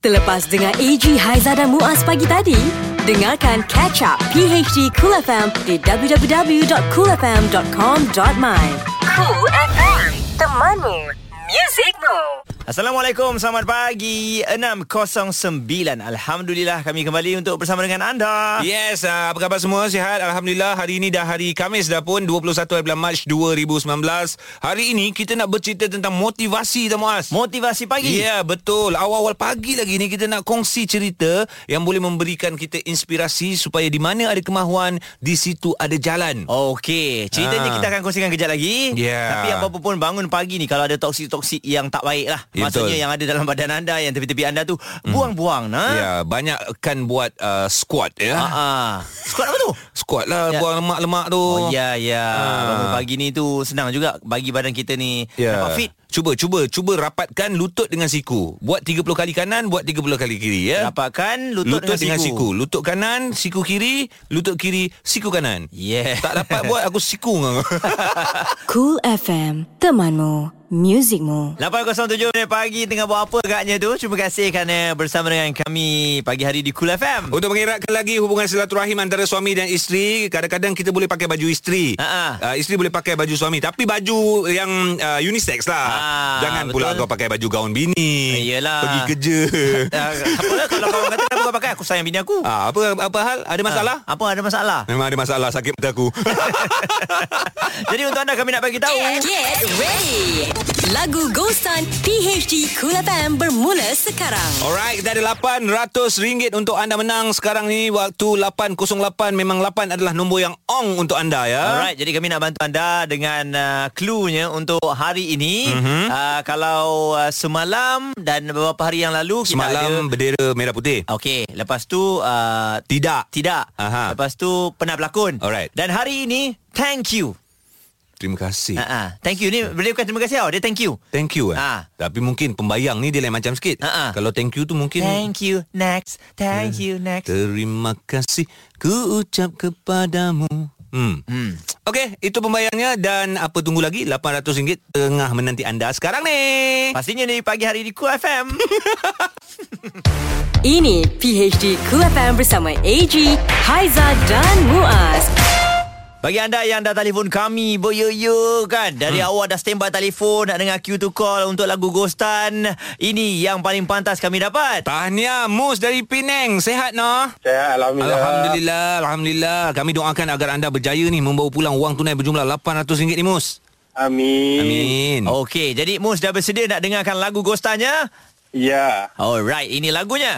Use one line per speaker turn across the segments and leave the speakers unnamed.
Terlepas dengar AG Haiza dan Muaz pagi tadi, dengarkan Catch Up PHD Cool FM di www.coolfm.com.my. Cool FM, temanmu, muzikmu.
Assalamualaikum, selamat pagi 6.09 Alhamdulillah kami kembali untuk bersama dengan anda
Yes, ah, apa khabar semua? Sihat? Alhamdulillah hari ini dah hari Khamis dah pun 21 bulan Mac 2019. Hari ini kita nak bercerita tentang motivasi tau Muaz.
Motivasi pagi
Ya, yeah, betul. Awal-awal pagi lagi ni kita nak kongsi cerita yang boleh memberikan kita inspirasi supaya di mana ada kemahuan, di situ ada jalan.
Okey, ceritanya
Ah.
kita akan kongsikan kejap lagi
Ya.
Tapi apa pun bangun pagi ni kalau ada toksik-toksik yang tak baik lah
Ya, Betul.
Maksudnya yang ada dalam badan anda, yang tepi-tepi anda tu Buang-buang
Ya,
nah.
yeah, banyak kan buat uh, squat ya.
Ah, ah. Squat apa tu?
Squat lah,
Ya.
buang lemak-lemak tu.
Oh ya ya
Ah.
Bangun pagi ni tu senang juga Bagi badan kita ni
Ya.
Nampak fit
Cuba, cuba, cuba rapatkan lutut dengan siku. Buat 30 kali kanan, buat 30 kali kiri ya.
Dapatkan lutut,
Lutut, lutut dengan, dengan siku. siku. Lutut kanan, siku kiri, lutut kiri, siku kanan.
Yeah.
Tak dapat buat aku siku dengan.
Cool FM, temanmu, muzikmu.
8.07 minit pagi tengah buat apa agaknya tu Terima kasih kerana bersama dengan kami Pagi hari di Cool FM
Untuk mengeratkan lagi hubungan silaturahim antara suami dan isteri, kadang-kadang kita boleh pakai baju isteri.
Ha-ha.
Uh, isteri boleh pakai baju suami, tapi baju yang uh, unisex lah.
Ah,
Jangan
betul.
pula kau pakai baju gaun bini.
Eh, yelah.
Pergi kerja.
uh, Apa lah kalau kau kata Kenapa kau pakai Aku sayang bini aku
ah, apa apa hal? Ada masalah?
Ah, Apa ada masalah
Memang ada masalah sakit mata aku.
Jadi untuk anda kami nak bagi tahu
Get ready. Lagu Ghostan PHD Cool FM bermula sekarang.
Alright, kita ada RM800 untuk anda menang sekarang ni waktu 8.08 memang 8 adalah nombor yang on untuk anda ya.
Alright, jadi kami nak bantu anda dengan uh, clue-nya untuk hari ini.
Mhm.
Mm-hmm. Uh, kalau uh, semalam dan beberapa hari yang lalu kita
Semalam
ada
bendera merah putih.
Okey, lepas tu uh,
Tidak.
tidak.
Aha.
Lepas tu pernah berlakon.
Alright.
Dan hari ini thank you.
Terima kasih.
Ha ah, thank you ni boleh bukan terima kasih tau. Dia thank you.
Thank you eh.
Ah.
Tapi mungkin pembayang ni dia lain macam sikit.
Ah, ah.
Kalau thank you tu mungkin Ya.
Thank you next. Thank you next.
terima kasih ku ucap kepadamu. Hmm.
Hmm.
Okey, itu pembayangnya dan apa tunggu lagi RM800 tengah menanti anda sekarang ni.
Pastinya dari pagi hari di Cool FM.
Ini PHD Cool FM bersama AG, Haiza dan Muaz.
Bagi anda yang dah telefon kami Berya-ya kan Dari hmm. awal dah standby telefon Nak dengar queue to call Untuk lagu Ghostan Ini yang paling pantas kami dapat
Tahniah Mus dari Penang. Sehat no?
Saya alhamdulillah.
Alhamdulillah, Alhamdulillah. Kami doakan agar anda berjaya ni membawa pulang wang tunai berjumlah RM800 ni Mus.
Amin.
Amin. Oh.
Okey jadi Mus dah bersedia Nak dengarkan lagu Ghostannya
Ya.
Alright ini lagunya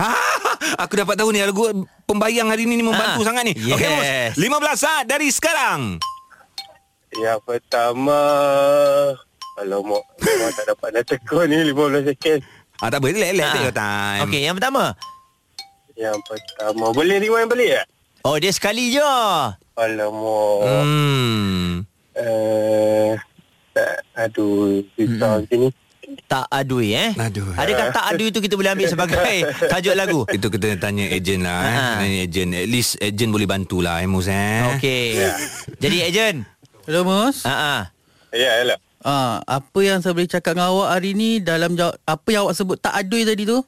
Ha, aku dapat tahu ni lagu pembayang hari ni, ni membantu
Ah,
ha, sangat ni. Okey
yes.
Mus, 15 saat dari sekarang.
Ya,
Yang pertama Alamak Memang tak dapat nak tekun ni 15 second
Ah, tak apa, relax, relax.
Ah.
Take your time.
Okey yang pertama
Yang pertama Boleh rewind balik tak?
Oh dia sekali je
Alamak hmm.
Hmm.
uh, tak, Aduh Susah macam ni
Tak adui eh
Aduh.
Adakah tak adui tu kita boleh ambil sebagai Tajuk lagu
Itu kita tanya ejen lah. Eh.
Ah.
Tanya ejen. At least ejen boleh bantulah eh, Mus. Eh.
Okey Jadi agent
Hello Mus.
Ah ah.
Ya lah
Ah, apa yang saya boleh cakap dengan awak hari ni dalam jaw- apa yang awak sebut tak adui tadi tu?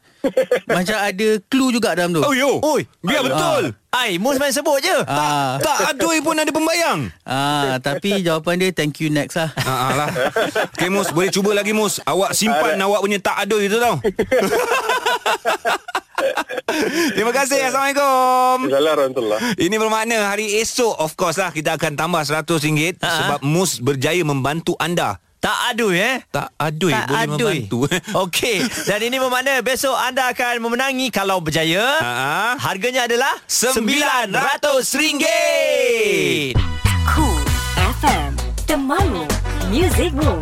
macam ada clue juga dalam tu.
Oh, yo.
Oi.
Biar betul.
Ai Mus main sebut je
Ah,
Tak adui pun ada pembayang.
ah, tapi jawapan dia thank you next lah.
Ha ah, lah. Okay, Mus, boleh cuba lagi Mus. Awak simpan awak punya tak adoi tu tau. Terima kasih. Assalamualaikum.
Assalamualaikum warahmatullahi
Ini bermakna hari esok of course lah kita akan tambah RM100
Ha, ha.
sebab Mus berjaya membantu anda.
Tak adui eh
Tak adoi
tak
boleh
adui.
membantu.
Okey. Dan ini bermakna besok anda akan memenangi kalau berjaya.
Ah.
Ha.
Harganya adalah
RM900.
RM900.
Cool FM, temanmu, muzikmu.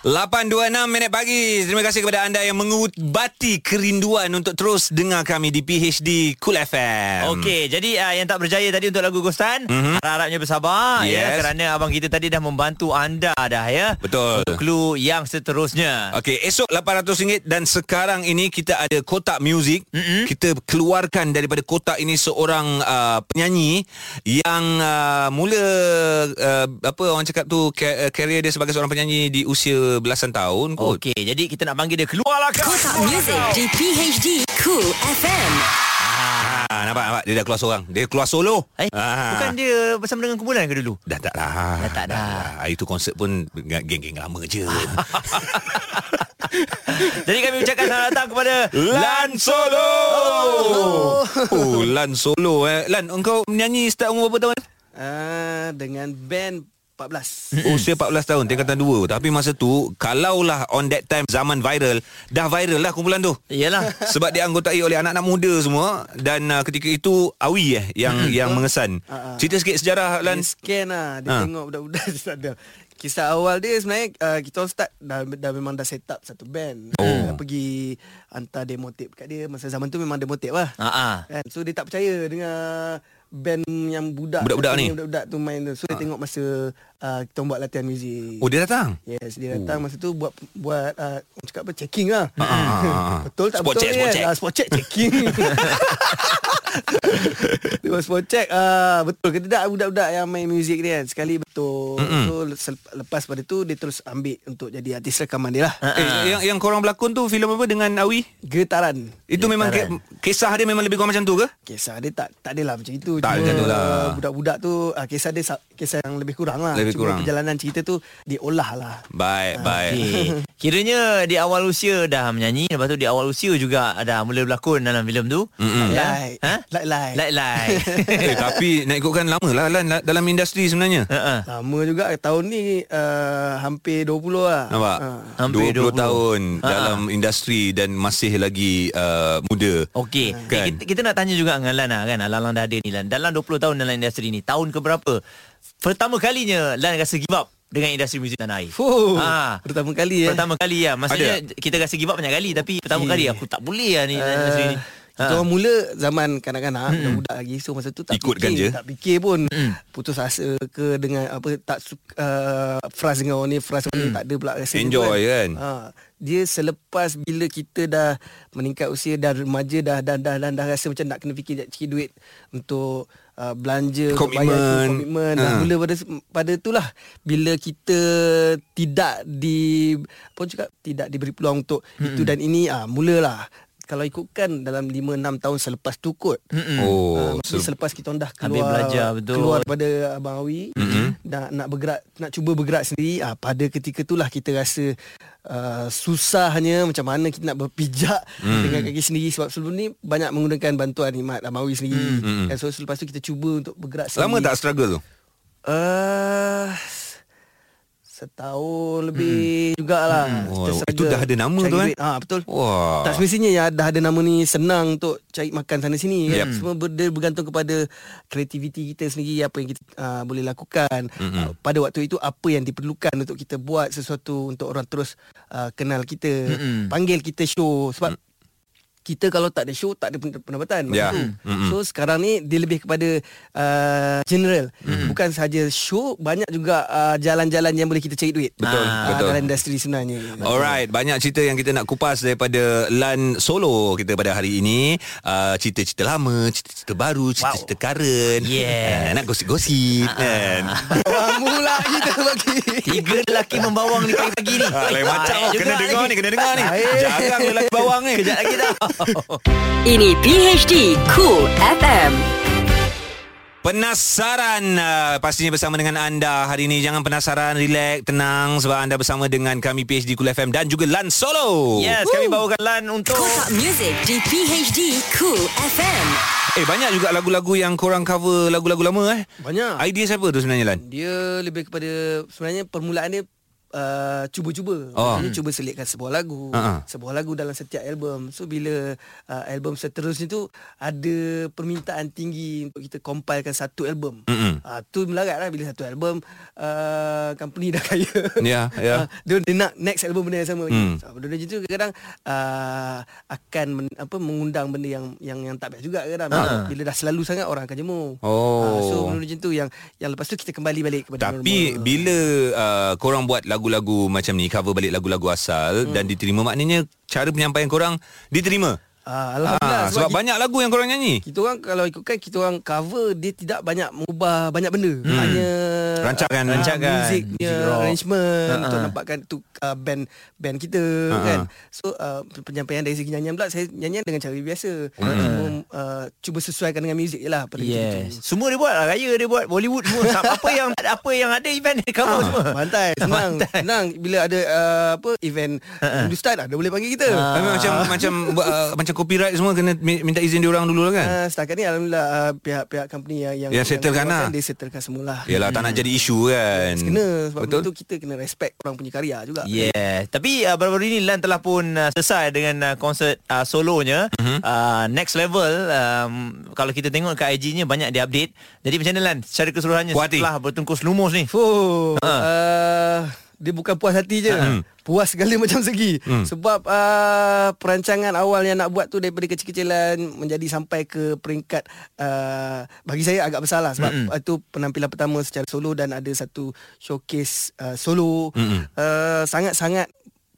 8.26 minit pagi Terima kasih kepada anda yang mengubati kerinduan Untuk terus dengar kami di PHD Cool FM
Okey, jadi uh, yang tak berjaya tadi untuk lagu Gustan, mm-hmm. harap-harapnya bersabar ya
Mhm. Yes.
kerana abang kita tadi dah membantu anda dah ya.
Betul
Untuk clue yang seterusnya.
Okey, esok RM800 dan sekarang ini kita ada kotak muzik. Mm-hmm. Kita keluarkan daripada kotak ini seorang uh, penyanyi ah, yang uh, mula uh, apa orang cakap tu ka- uh, career dia sebagai seorang penyanyi di usia belasan tahun kot.
Okey, jadi kita nak panggil dia keluarlah kau.
Kotak Music di PHD Cool FM.
Ha, nampak nampak dia dah keluar seorang. Dia keluar solo. Ah.
Eh, bukan dia bersama dengan kumpulan ke dulu?
Dah tak dah.
Dah tak dah.
dah. Ah, Itu konsert pun dengan geng-geng lama je.
Jadi kami ucapkan selamat datang kepada
Lan Solo. Oh, Lan Solo eh. Lan, engkau menyanyi start umur berapa tahun?
Ah, dengan band 14.
Oh, Usia 14 tahun Tingkatan 2 Tapi masa tu Kalaulah on that time Zaman viral Dah viral lah kumpulan tu
Yalah.
Sebab dianggotai oleh anak-anak muda semua Dan uh, ketika itu Awi eh Yang yang mengesan
Ah, ah.
Cerita sikit sejarah
Dia
Lan
scan lah Dia
Kan? Ah.
ha. tengok budak-budak dia tak ada Kisah awal dia sebenarnya uh, Kita all start dah, dah memang dah set up satu band oh. Pergi Hantar demo tape kat dia Masa zaman tu memang demo tape lah
Ha ah.
Kan? So dia tak percaya dengan band yang budak
Budak-budak ni? Ah.
Budak-budak tu main tu So dia tengok masa uh, Kita buat latihan muzik
Oh dia datang Oh.
Yes, dia datang masa tu buat buat uh, orang cakap apa checking lah.
Ah.
betul tak betul
Spot check,
ni
spot
kan?
check.
Ah, spot check checking. dia buat spot check ah betul ke tidak budak-budak yang main muzik ni kan. Sekali betul. Mm-hmm. So sel- lepas pada tu dia terus ambil untuk jadi artis rekaman dia lah.
eh, yang, yang korang berlakon tu Filem apa dengan Awi
Getaran.
Itu memang ke, Kisah dia memang lebih kurang macam tu ke
Kisah dia tak tak adalah macam itu.
Tak macam tu lah.
Budak-budak tu ah, kisah dia sa- kisah yang lebih kurang lah.
Lebih
Cuma
kurang.
perjalanan cerita tu diolah lah.
Baik baik
Ah, Okey. Kiranya di awal usia dah menyanyi Lepas tu di awal usia juga dah mula berlakon dalam filem tu
Hmm.
Mm.
Ya?
Like,
Ha?
like, like.
Like like
eh, Tapi nak ikutkan lama lah Lan la- Dalam industri sebenarnya
Ha-ha.
Lama juga tahun ni uh, hampir 20 lah.
Nampak?
Ha.
Hampir 20.
20, tahun
Ha.
dalam industri dan masih lagi uh, muda.
Okey eh,
Kan?
kita, kita nak tanya juga dengan Lan lah kan Lan dah ada ni Lan Dalam 20 tahun dalam industri ni Tahun ke berapa Pertama kalinya Lan rasa give up Dengan industri muzik tanah air
Fuh,
Ah.
pertama kali eh.
Pertama kali lah Maksudnya kita rasa give up banyak kali Tapi pertama kali aku tak boleh lah ni dalam industri
Uh,
ni Ah.
kita orang mula zaman kanak-kanak hmm. budak lagi so masa tu tak fikir
Ikutkan je.
tak fikir pun hmm. putus asa ke dengan apa tak suka uh, fras dengan orang ni fras orang
Hmm.
ni tak ada pula rasa tu
Enjoy kan?
Ha, dia selepas bila kita dah meningkat usia dah remaja dah dah dah, dah, dah rasa macam nak kena fikir nak cari duit untuk uh, belanja untuk bayar tu,
Komitmen.
komitmen dah
Ah.
Ha.
mula pada pada itulah bila kita tidak di apa orang cakap tidak diberi peluang untuk hmm. itu dan ini ah mulalah kalau ikutkan dalam 5 6 tahun selepas tu kot. Hmm. Uh,
Oh, so,
selepas kita orang dah
Habis
keluar
belajar, betul.
keluar daripada abang Awi
Hmm.
mm-hmm. nak nak bergerak nak cuba bergerak sendiri ah pada ketika itulah kita rasa uh, susahnya macam mana kita nak berpijak mm.
Hmm.
dengan kaki sendiri sebab sebelum ni banyak menggunakan bantuan Imat abang Awi sendiri mm. dan so selepas tu kita cuba untuk bergerak
Hmm. lama
sendiri
tak struggle tu?
Uh, setahun lebih jugalah.
Oh,
Kita
itu
struggle
dah ada nama
cari
tu, eh?
duit. Ha, betul.
Wah.
Tak semestinya ya dah ada nama ni senang untuk cari makan sana sini. Yep. Semua ber, dia bergantung kepada kreativiti kita sendiri apa yang kita uh, boleh lakukan. Mm-hmm. Uh, pada waktu itu apa yang diperlukan untuk kita buat sesuatu untuk orang terus uh, kenal kita, mm-hmm. panggil kita show sebab mm kita kalau tak ada show tak ada pen- pendapatan
Ya.
yeah. mm So sekarang ni dia lebih kepada uh, general. Mm. Bukan sahaja show banyak juga uh, jalan-jalan yang boleh kita cari duit. Ah,
Betul, betul.
Dalam industri sebenarnya.
Alright, banyak cerita yang kita nak kupas daripada Lan Solo kita pada hari ini. Uh, cerita-cerita lama, cerita-cerita baru, cerita-cerita current.
Yeah.
Uh, nak gosip-gosip kan.
Mula kita bagi.
Tiga lelaki membawang ni pagi-pagi ni
Ah, lain macam
Baik
oh, kena
juga
dengar ni, kena dengar ni. Jarang lelaki bawang ni.
Kejap lagi dah
Ini PHD Cool FM.
Penasaran uh, pastinya bersama dengan anda hari ini jangan penasaran relax tenang sebab anda bersama dengan kami PhD Kul FM dan juga Lan Solo.
Yes, kami bawakan Lan untuk
Kotak Music di PHD Cool FM.
Eh banyak juga lagu-lagu yang korang cover lagu-lagu lama eh.
Banyak.
Idea siapa tu sebenarnya Lan?
Kan? Dia lebih kepada sebenarnya permulaan dia Uh, cuba-cuba
Oh.
Maksudnya cuba selitkan sebuah lagu
Ha-ha.
Sebuah lagu dalam setiap album So bila uh, album seterusnya tu Ada permintaan tinggi Untuk kita compilekan satu album
Mm-mm.
uh, Tu melarat lah bila satu album uh, Company dah kaya
Ya, ya. Hmm.
Ah, dia, dia nak next album benda yang sama lagi so, Benda macam tu kadang-kadang uh, Akan men, apa, mengundang benda yang yang yang tak baik juga kadang Bila dah selalu sangat orang akan jemu
Ah. Oh.
Ah, so benda macam tu yang yang lepas tu kita kembali balik kepada
Tapi
normal.
bila uh, korang buat lagu-lagu macam ni cover balik lagu-lagu asal
Hmm.
dan diterima maknanya cara penyampaian korang diterima.
ah, alhamdulillah
Ha, sebab
kita,
banyak lagu yang korang nyanyi.
kita orang kalau ikutkan kita orang cover dia tidak banyak mengubah banyak benda. Hmm. Hanya
Rancangan.
ah,
Rancangan.
Muziknya
Music rock. Ha,
Arrangement
Ha-ha.
Untuk nampakkan tu uh, Band Band kita
Ha,
Ha-ha.
kan So uh, Penyampaian dari segi nyanyian pula Saya nyanyian dengan cara biasa Cuma uh, Cuba sesuaikan dengan muzik je lah pada
Hmm. Yes. Semua dia buat lah. Raya dia buat. Bollywood semua. Sam- apa yang apa yang ada event dia cover
Ah,
semua.
Bantai Senang Senang Bila ada uh, Apa Event
Ha,
Hindustan ada Boleh panggil kita
Ah. Memang macam macam
ah,
uh, macam copyright semua kena mi- minta izin dia orang dulu lah kan.
Uh, setakat ni Alhamdulillah uh, Pihak-pihak company yang Yang,
Yang settlekan lah.
Dia settlekan semulah
Yalah tak nak jadi isu
Ah.
kan.
Hmm. Kena Sebab
Betul.
Betul? tu kita kena respect Orang punya karya juga
Yeah. Tapi uh, baru-baru ini Lan telah pun uh, selesai dengan uh, konsert uh, solonya.
Mhm.
Uh-huh. Uh, next level um, kalau kita tengok kat IG-nya banyak dia update. Jadi macam mana Lan secara keseluruhannya
Puas hati.
setelah bertungkus lumus ni?
Fuh,
Ha.
uh, dia bukan puas hati je.
Hmm.
Puas segala macam segi. Sebab uh, perancangan awal yang nak buat tu daripada kecil-kecilan menjadi sampai ke peringkat uh, bagi saya agak besar lah sebab uh, tu penampilan pertama secara solo dan ada satu showcase uh, solo
Mm.
uh, sangat-sangat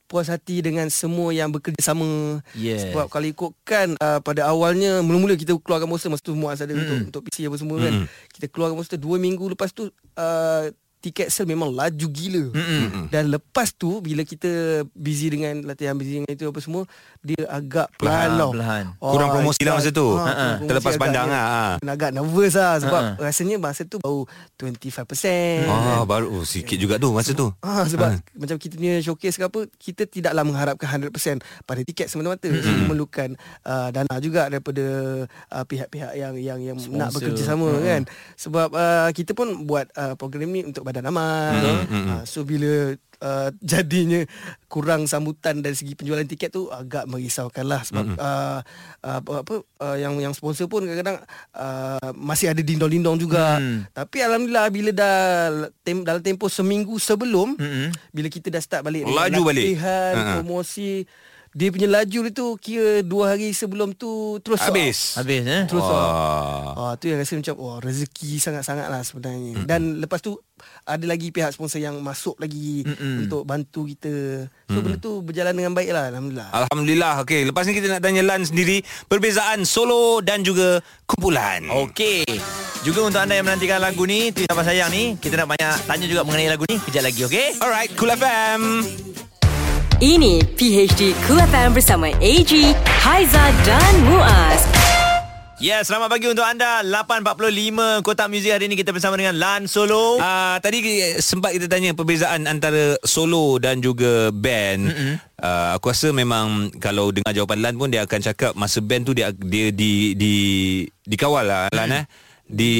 puas hati dengan semua yang bekerjasama
Yes.
sebab kalau ikutkan uh, pada awalnya mula-mula kita keluarkan poster masa tu Muaz ada mm. untuk untuk PC apa semua mm. kan. Kita keluarkan poster 2 minggu lepas tu uh, tiket sale memang laju gila. Mm. Dan lepas tu bila kita busy dengan latihan busy dengan itu apa semua dia agak
Perlahan,
perlahan tau.
perlahan.
Kurang
Ah,
promosi lah
agak-
masa tu.
ah,
Ha-ha.
kurang promosi
Terlepas
agaknya.
pandang lah, ah.
Agak nervous lah sebab
Ha-ha.
rasanya masa tu baru 25%.
Ah baru oh, sikit juga tu masa tu.
Ah, sebab ha. macam kita punya showcase ke apa Kita tidaklah mengharapkan 100% Pada tiket semata-mata hmm. Memerlukan uh, dana juga Daripada uh, pihak-pihak yang yang yang nak bekerjasama hmm. kan Sebab uh, kita pun buat uh, program ni Untuk badan amal hmm. uh, So bila uh, jadinya Kurang sambutan dari segi penjualan tiket tu Agak merisaukan lah Sebab hmm. uh, uh, apa, apa uh, yang, yang sponsor pun kadang-kadang uh, Masih ada dindong-dindong juga hmm. Tapi Alhamdulillah Bila dah tem, Dalam tempoh seminggu sebelum
Mm-mm.
bila kita dah start balik
Laju
dengan
balik.
latihan,
Ha-ha.
promosi dia punya laju dia tu kira dua hari sebelum tu terus sold out.
Habis.
Habis eh?
terus sold out.
Wah.
Ah tu yang rasa macam wah rezeki sangat-sangat lah sebenarnya. Mm-mm. Dan lepas tu ada lagi pihak sponsor yang masuk lagi Mm-mm. untuk bantu kita. So mm. benda tu berjalan dengan baik lah alhamdulillah.
Alhamdulillah. Okey, lepas ni kita nak tanya Lan sendiri perbezaan solo dan juga kumpulan.
Okey. Juga untuk anda yang menantikan lagu ni, Tweet Abang Sayang ni, kita nak banyak tanya juga mengenai lagu ni. Kejap lagi, okey?
Alright, Cool FM.
Ini PHD Cool FM bersama AG, Haiza dan Muaz.
Ya, yeah, selamat pagi untuk anda. 8.45 Kotak Muzik hari ini kita bersama dengan Lan Solo.
Uh, tadi ki- sempat kita tanya perbezaan antara solo dan juga band. Uh, aku rasa memang kalau dengar jawapan Lan pun dia akan cakap masa band tu dia dia di di dikawal lah Lan eh. Di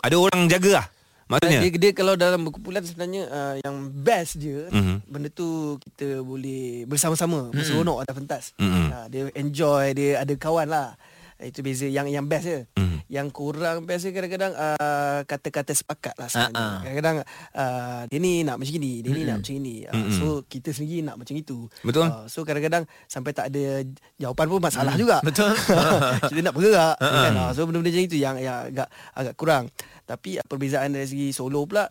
ada orang jaga lah. Maksudnya.
Dia, dia kalau dalam berkumpulan sebenarnya uh, yang best dia
Mhm.
mm-hmm. benda tu kita boleh bersama-sama mm-hmm. berseronok atas pentas. Mm-hmm. Uh, dia enjoy, dia ada kawan lah. Itu beza yang yang best dia. Mm. Yang kurang best dia kadang-kadang uh, kata-kata sepakat lah sebenarnya.
Ah, ah.
Kadang-kadang uh, dia ni nak macam gini, dia ni nak macam gini. Uh, so kita sendiri nak macam itu.
Betul.
Uh, so kadang-kadang sampai tak ada jawapan pun masalah juga.
Betul.
kita nak bergerak kan Ah, so benda-benda macam itu yang yang agak agak kurang tapi ah, perbezaan dari segi solo pula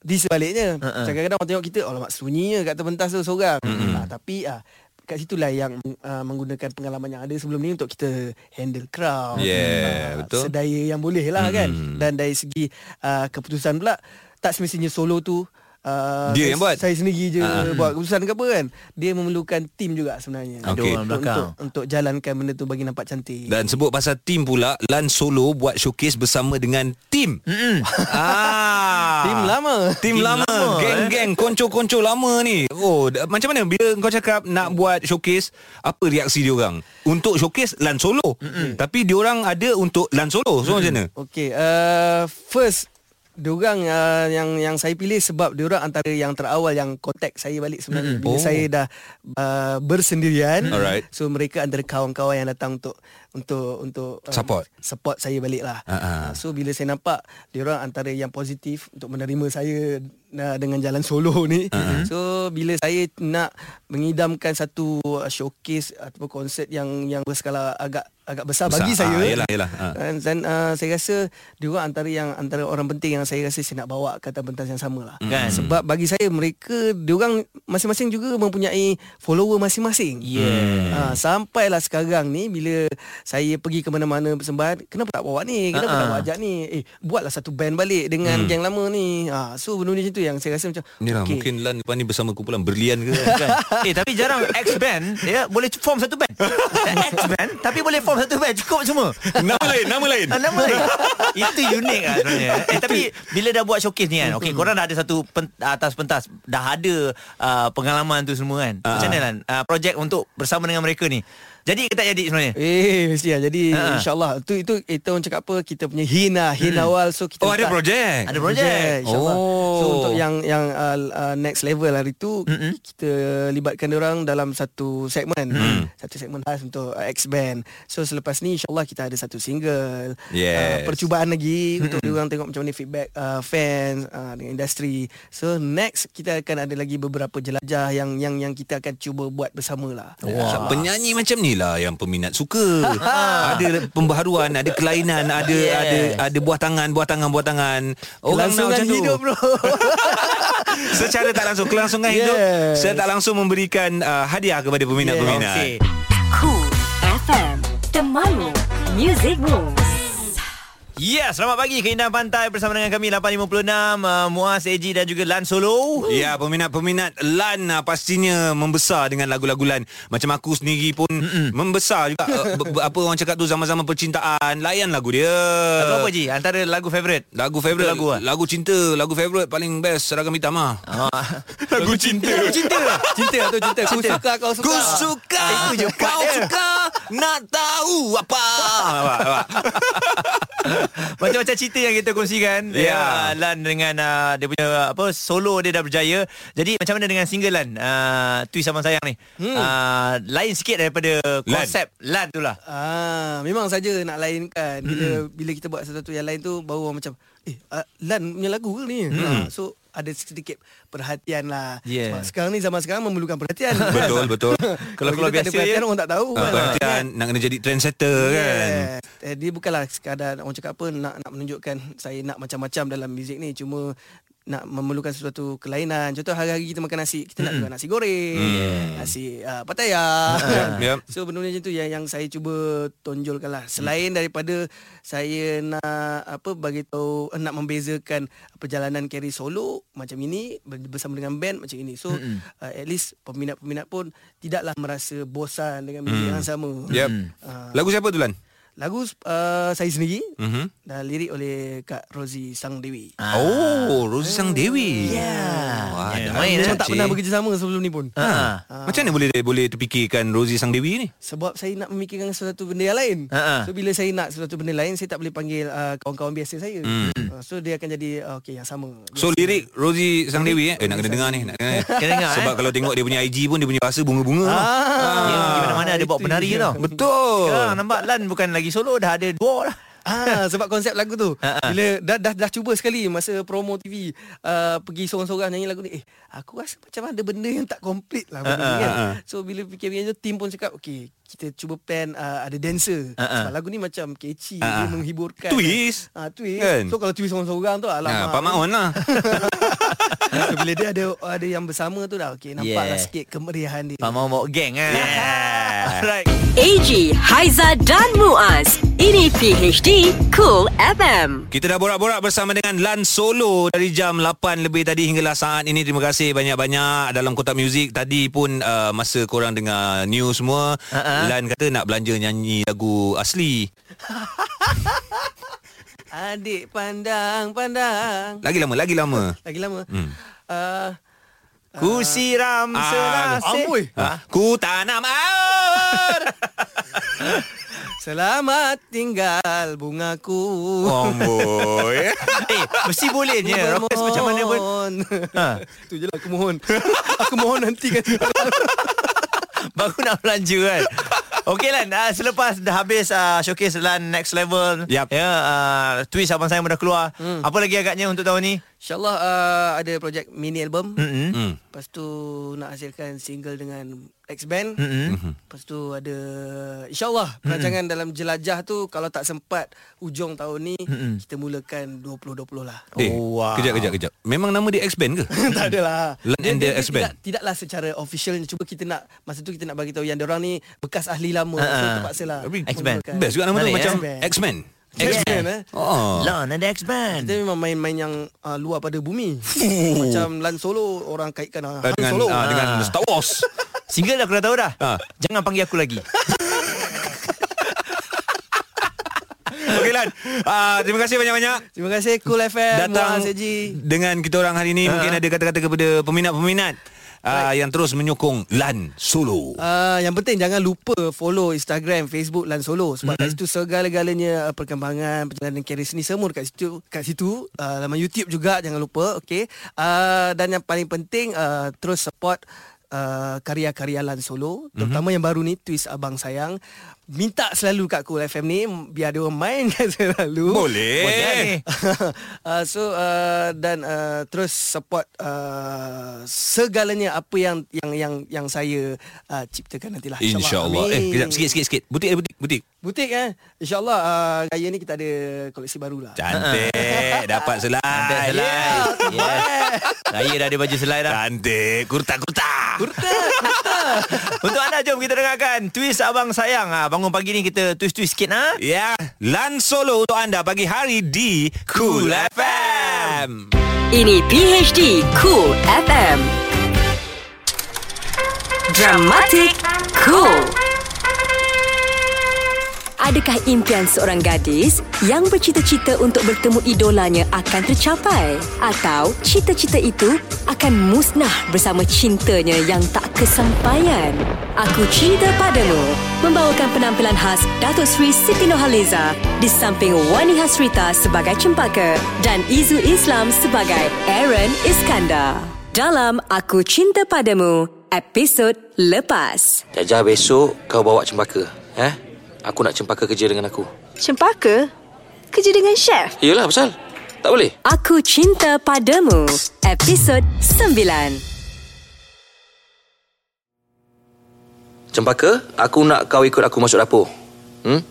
di sebaliknya
Ha,
uh-uh. kadang-kadang orang tengok kita alamak sunyi je kat atas pentas tu seorang
Hmm,
uh tapi ah kat situlah yang uh, menggunakan pengalaman yang ada sebelum ni untuk kita handle crowd Ah,
Yeah, betul. Hmm,
sedaya yang boleh lah kan dan dari segi ah, keputusan pula tak semestinya solo tu ah,
Dia
saya-
yang buat. Ha,
saya sendiri je buat keputusan ke apa kan dia memerlukan tim juga sebenarnya
Ada
Okey.
orang
untuk,
belakang.
untuk, untuk jalankan benda tu bagi nampak cantik
Dan sebut pasal tim pula Lan Solo buat showcase bersama dengan tim ah.
Tim lama.
Tim,
Tim
lama,
lama,
Geng-geng Konco-konco lama ni Oh da- Macam mana Bila kau cakap Nak buat showcase Apa reaksi diorang Untuk showcase Lan Solo Mm-mm. Tapi diorang ada Untuk Lan Solo So macam mana
Okey, uh, first diorang uh, yang yang saya pilih sebab diorang antara yang terawal yang kontak saya balik sebenarnya bila
Oh. Hmm.
oh. saya dah uh, bersendirian.
Alright.
So mereka antara kawan-kawan yang datang untuk untuk untuk uh,
Support.
support saya balik lah.
Ah, ah.
Uh, so bila saya nampak diorang antara yang positif untuk menerima saya uh, dengan jalan solo ni.
Hmm.
Uh-huh. So bila saya nak mengidamkan satu uh, showcase ataupun konsert yang yang berskala agak agak besar,
Besar,
bagi
ah,
saya.
yelah, yelah, ah.
Dan, dan uh, saya rasa juga antara yang antara orang penting yang saya rasa saya nak bawa kata pentas yang sama lah.
Kan?
Sebab bagi saya mereka diorang masing-masing juga mempunyai follower masing-masing.
Yeah.
Ha, sampailah sekarang ni bila saya pergi ke mana-mana persembahan, kenapa tak bawa ni?
Ha-ha.
Kenapa uh-huh. tak bawa ajak ni? Eh, buatlah satu band balik dengan hmm. geng lama ni. Ha, so benda macam tu yang saya rasa macam
Yalah, okay. lah, mungkin Lan depan ni bersama kumpulan berlian ke kan?
Eh tapi jarang X-Band ya, Boleh form satu band X-Band Tapi boleh form satu band Cukup semua
nama lain, nama lain.
Ah, Nama lain Itu unik lah sebenarnya eh, Tapi bila dah buat showcase ni kan Okay
Hmm.
korang dah ada satu pen, atas pentas Dah ada uh, pengalaman tu semua kan
Ah.
Macam mana Lan uh, Projek untuk bersama dengan mereka ni Jadi ke tak jadi sebenarnya
Eh mesti lah Jadi
Ha.
ha. insyaAllah tu, itu Kita orang cakap apa Kita punya hin lah Hin awal So kita
Oh, ada
letak-
projek?
Ada projek.
InsyaAllah oh. So
Oh.
untuk yang yang uh, uh, Next level hari tu mm Kita libatkan orang Dalam satu segmen
Hmm.
mm. Satu segmen khas Untuk uh, X-Band So selepas ni InsyaAllah kita ada satu single Uh,
Yes.
Percubaan lagi Untuk orang tengok macam mana Feedback uh, fans uh, Dengan industri So next Kita akan ada lagi Beberapa jelajah Yang yang yang kita akan Cuba buat bersama lah
Wah. Penyanyi macam ni lah yang peminat suka. ada pembaharuan, ada kelainan, ada
Ha. Yes.
ada ada buah tangan, buah tangan, buah tangan. Orang nak
Kelangsungan
macam tu.
hidup bro
Secara tak langsung kelangsungan
Yes.
hidup Saya tak langsung memberikan uh, hadiah kepada peminat-peminat
Okey.
Cool FM Temanmu Music Moves
Yes, Ya, selamat pagi ke Indah Pantai bersama dengan kami 856 uh, Muaz, Eji dan juga Lan Solo.
Ya, peminat-peminat Lan ah, pastinya membesar dengan lagu-lagu Lan. Macam aku sendiri pun Mm-mm. membesar juga. Eh, be- be- apa orang cakap tu zaman-zaman percintaan, layan lagu dia.
Lagu apa Eji? Antara lagu favourite? eh?
Lagu favourite
Lagu apa?
Lagu cinta, lagu favourite paling best seragam hitam ah.
Lagu cinta. Lagu cinta. lah. cinta tu cinta.
Aku
cinta.
suka kau suka eh.
Ku suka
Eh, Itu je part
Kau
dia.
suka Nak tahu apa
Ah, Macam-macam cerita yang kita kongsikan
Ya.
yeah. Lan dengan uh, Dia punya uh, apa Solo dia dah berjaya Jadi macam mana dengan single Lan uh, Tui Sama Sayang ni hmm. uh, Lain sikit daripada Konsep Lan tu lah
Ah, memang saja nak lain kan. Bila bila kita buat sesuatu yang lain tu baru orang macam eh uh, Lan punya lagu ke ni? Ha, so ada sedikit perhatian lah.
Yeah.
Sebab sekarang ni zaman sekarang memerlukan perhatian.
Betul betul
Kalau
Kalau
keluar
kalau
biasa,
biasa ada perhatian
ya?
orang tak tahu.
Ah, Perhatian Nak kena jadi trendsetter kan
Yeah. Eh, dia bukanlah sekadar orang cakap apa nak nak menunjukkan saya nak macam-macam dalam muzik ni cuma nak memerlukan sesuatu kelainan. Contoh hari-hari kita makan nasi, kita mm. nak juga nasi goreng, mm. nasi uh, pataya.
Yep.
So benda-benda macam tu yang yang saya cuba tonjolkan lah. Selain mm. daripada saya nak apa bagi tahu eh, nak membezakan perjalanan carry solo macam ini ber- bersama dengan band macam ini. So mm. uh, at least peminat-peminat pun tidaklah merasa bosan dengan muzik mm. yang sama.
Hmm. Yep.
Ah.
Lagu siapa tu Lan?
Lagu uh, saya sendiri
Mhm.
dan lirik oleh Kak Rosie Sang Dewi.
Oh Rosie Sang Dewi yeah.
Yeah,
Wah, yeah.
main, eh.
Saya tak pernah bekerjasama sebelum ni pun.
Ha.
Macam mana boleh boleh terfikirkan Rosie Sang Dewi ni?
Sebab saya nak memikirkan sesuatu benda yang lain.
Ha-ha.
So bila saya nak sesuatu benda lain saya tak boleh panggil uh, kawan-kawan biasa saya. Uh, so dia akan jadi uh, okey yang sama.
So lirik Rosie Sang Dewi eh, eh nak kena dengar ni, nak kena.
Kena dengar, eh.
Sebab kalau tengok dia punya IG pun dia punya bahasa bunga-bunga. Ah.
Ya, Dia pergi mana-mana ada bawa
itu
penari
dia.
tau
Betul.
Sekarang Ah, nampak Lan bukan lagi solo Dah ada Ha, duo lah
Ah sebab konsep lagu tu. Bila dah dah dah cuba sekali masa promo TV uh, pergi seorang-seorang nyanyi lagu ni eh aku rasa macam ada benda yang tak complete lah
Ha,
benda ni kan. So bila fikir macam tu tim pun cakap okey kita cuba plan uh, ada dancer
Ha,
sebab lagu ni macam catchy dia menghiburkan.
Twist.
Ah twist.
Kan?
So kalau twist seorang-seorang tu
Ha,
alamak.
Pak Maon lah.
so, bila dia ada ada yang bersama tu dah okey nampaklah
Yeah.
sikit kemeriahan dia.
Pak Mau bawa geng kan yeah. Alright
AG, Haiza dan Muaz Ini PHD Cool FM
Kita dah borak-borak bersama dengan Lan Solo dari jam 8 lebih tadi hinggalah saat ini. Terima kasih banyak-banyak dalam kotak muzik. Tadi pun uh, masa korang dengar news semua, uh-huh. Lan kata nak belanja nyanyi lagu asli.
Adik pandang pandang.
Lagi lama, lagi lama.
Lagi lama. Hmm. Uh,
Ku siram
Ah,
serasih
amboi.
Ha? Ku tanam air.
Selamat tinggal bungaku.
Eh
Amboi.
mesti boleh je
Aku
Rockers macam mana pun
mohon.
Ha.
Itu je lah aku mohon Aku mohon nanti kan
Baru nak belanja kan Okey Lan uh, Selepas dah habis uh, Showcase Lan Next Level ah,
Yap.
Ya uh, Twist abang saya pun dah keluar hmm. Apa lagi agaknya untuk tahun ni
InsyaAllah uh, ada projek mini album
Mm-mm.
Hmm.
Lepas tu nak hasilkan single dengan X-Band
Mm-mm.
Lepas tu ada InsyaAllah perancangan dalam jelajah tu Kalau tak sempat hujung tahun ni Kita mulakan 2020 lah
Eh,
Oh, wow.
kejap, kejap, kejap. Memang nama dia X-Band ke?
tak adalah.
Land and the X-Band.
Tidak, tidaklah secara official cuba kita nak masa tu kita nak bagi tahu yang diorang ni bekas ahli lama. Uh, so
Ah, ah.
terpaksalah.
Tapi X-Band.
menggunakan.
Best juga nama tu
Menarik,
macam
eh?
X-Men.
X-Men, eh?
Oh.
Lon and the X-Band.
Kita memang main-main yang uh, luar pada bumi. macam Lan Solo orang kaitkan uh, Han
Dengan
Solo.
ah,
Uh,
dengan
Ah.
Star Wars.
Single aku dah tahu dah.
Ha.
Jangan panggil aku lagi.
Okey Lan. Ah, terima kasih banyak-banyak.
Terima kasih Cool FM.
datang
Muaz, Eji.
dengan kita orang hari
Ha,
ini mungkin ada kata-kata kepada peminat-peminat uh, yang terus menyokong Lan Solo.
Uh, yang penting jangan lupa follow Instagram, Facebook Lan Solo sebab mm-hmm. kat situ segala-galanya uh, perkembangan perjalanan kerjaya seni semua kat situ kat situ uh, laman YouTube juga jangan lupa okey. Uh, dan yang paling penting uh, terus support Uh, karya-karya Lan
Mhm.
Solo Terutama yang baru ni Twist Abang Sayang Minta selalu kat Cool FM ni m- Biar dia orang mainkan selalu
Boleh.
Boleh.
uh, so uh, dan uh, terus support uh, segalanya apa yang yang yang yang saya uh,
Lah,
ciptakan nantilah.
InsyaAllah. Eh,
Amin.
kejap sikit sikit sikit. Butik ada butik, butik.
Butik eh. Insyaallah uh, gaya ni kita ada koleksi baru lah.
Cantik, dapat selai.
Ha, Dapat selai. Yes. Saya Eh, dah ada baju selai dah.
Cantik, kurta-kurta.
Ah. Untuk anda jom kita dengarkan twist abang sayang. Ha, bangun pagi ni kita twist-twist sikit ha.
Ya, Lan Solo untuk anda pagi hari di Cool FM.
Ini PHD Cool FM. Dramatic Cool. Adakah impian seorang gadis yang bercita-cita untuk bertemu idolanya akan tercapai? Atau cita-cita itu akan musnah bersama cintanya yang tak kesampaian? Aku Cinta Padamu membawakan penampilan khas Dato' Sri Siti Nohaliza di samping Wani Hasrita sebagai Cempaka dan Izu Islam sebagai Aaron Iskandar. Dalam Aku Cinta Padamu, episod lepas.
Jajah besok kau bawa cempaka. Eh? Aku nak cempaka kerja dengan aku.
Cempaka? Kerja dengan chef?
Iyalah pasal. Tak boleh.
Aku Cinta Padamu Episod 9
Cempaka, aku nak kau ikut aku masuk dapur. Hmm?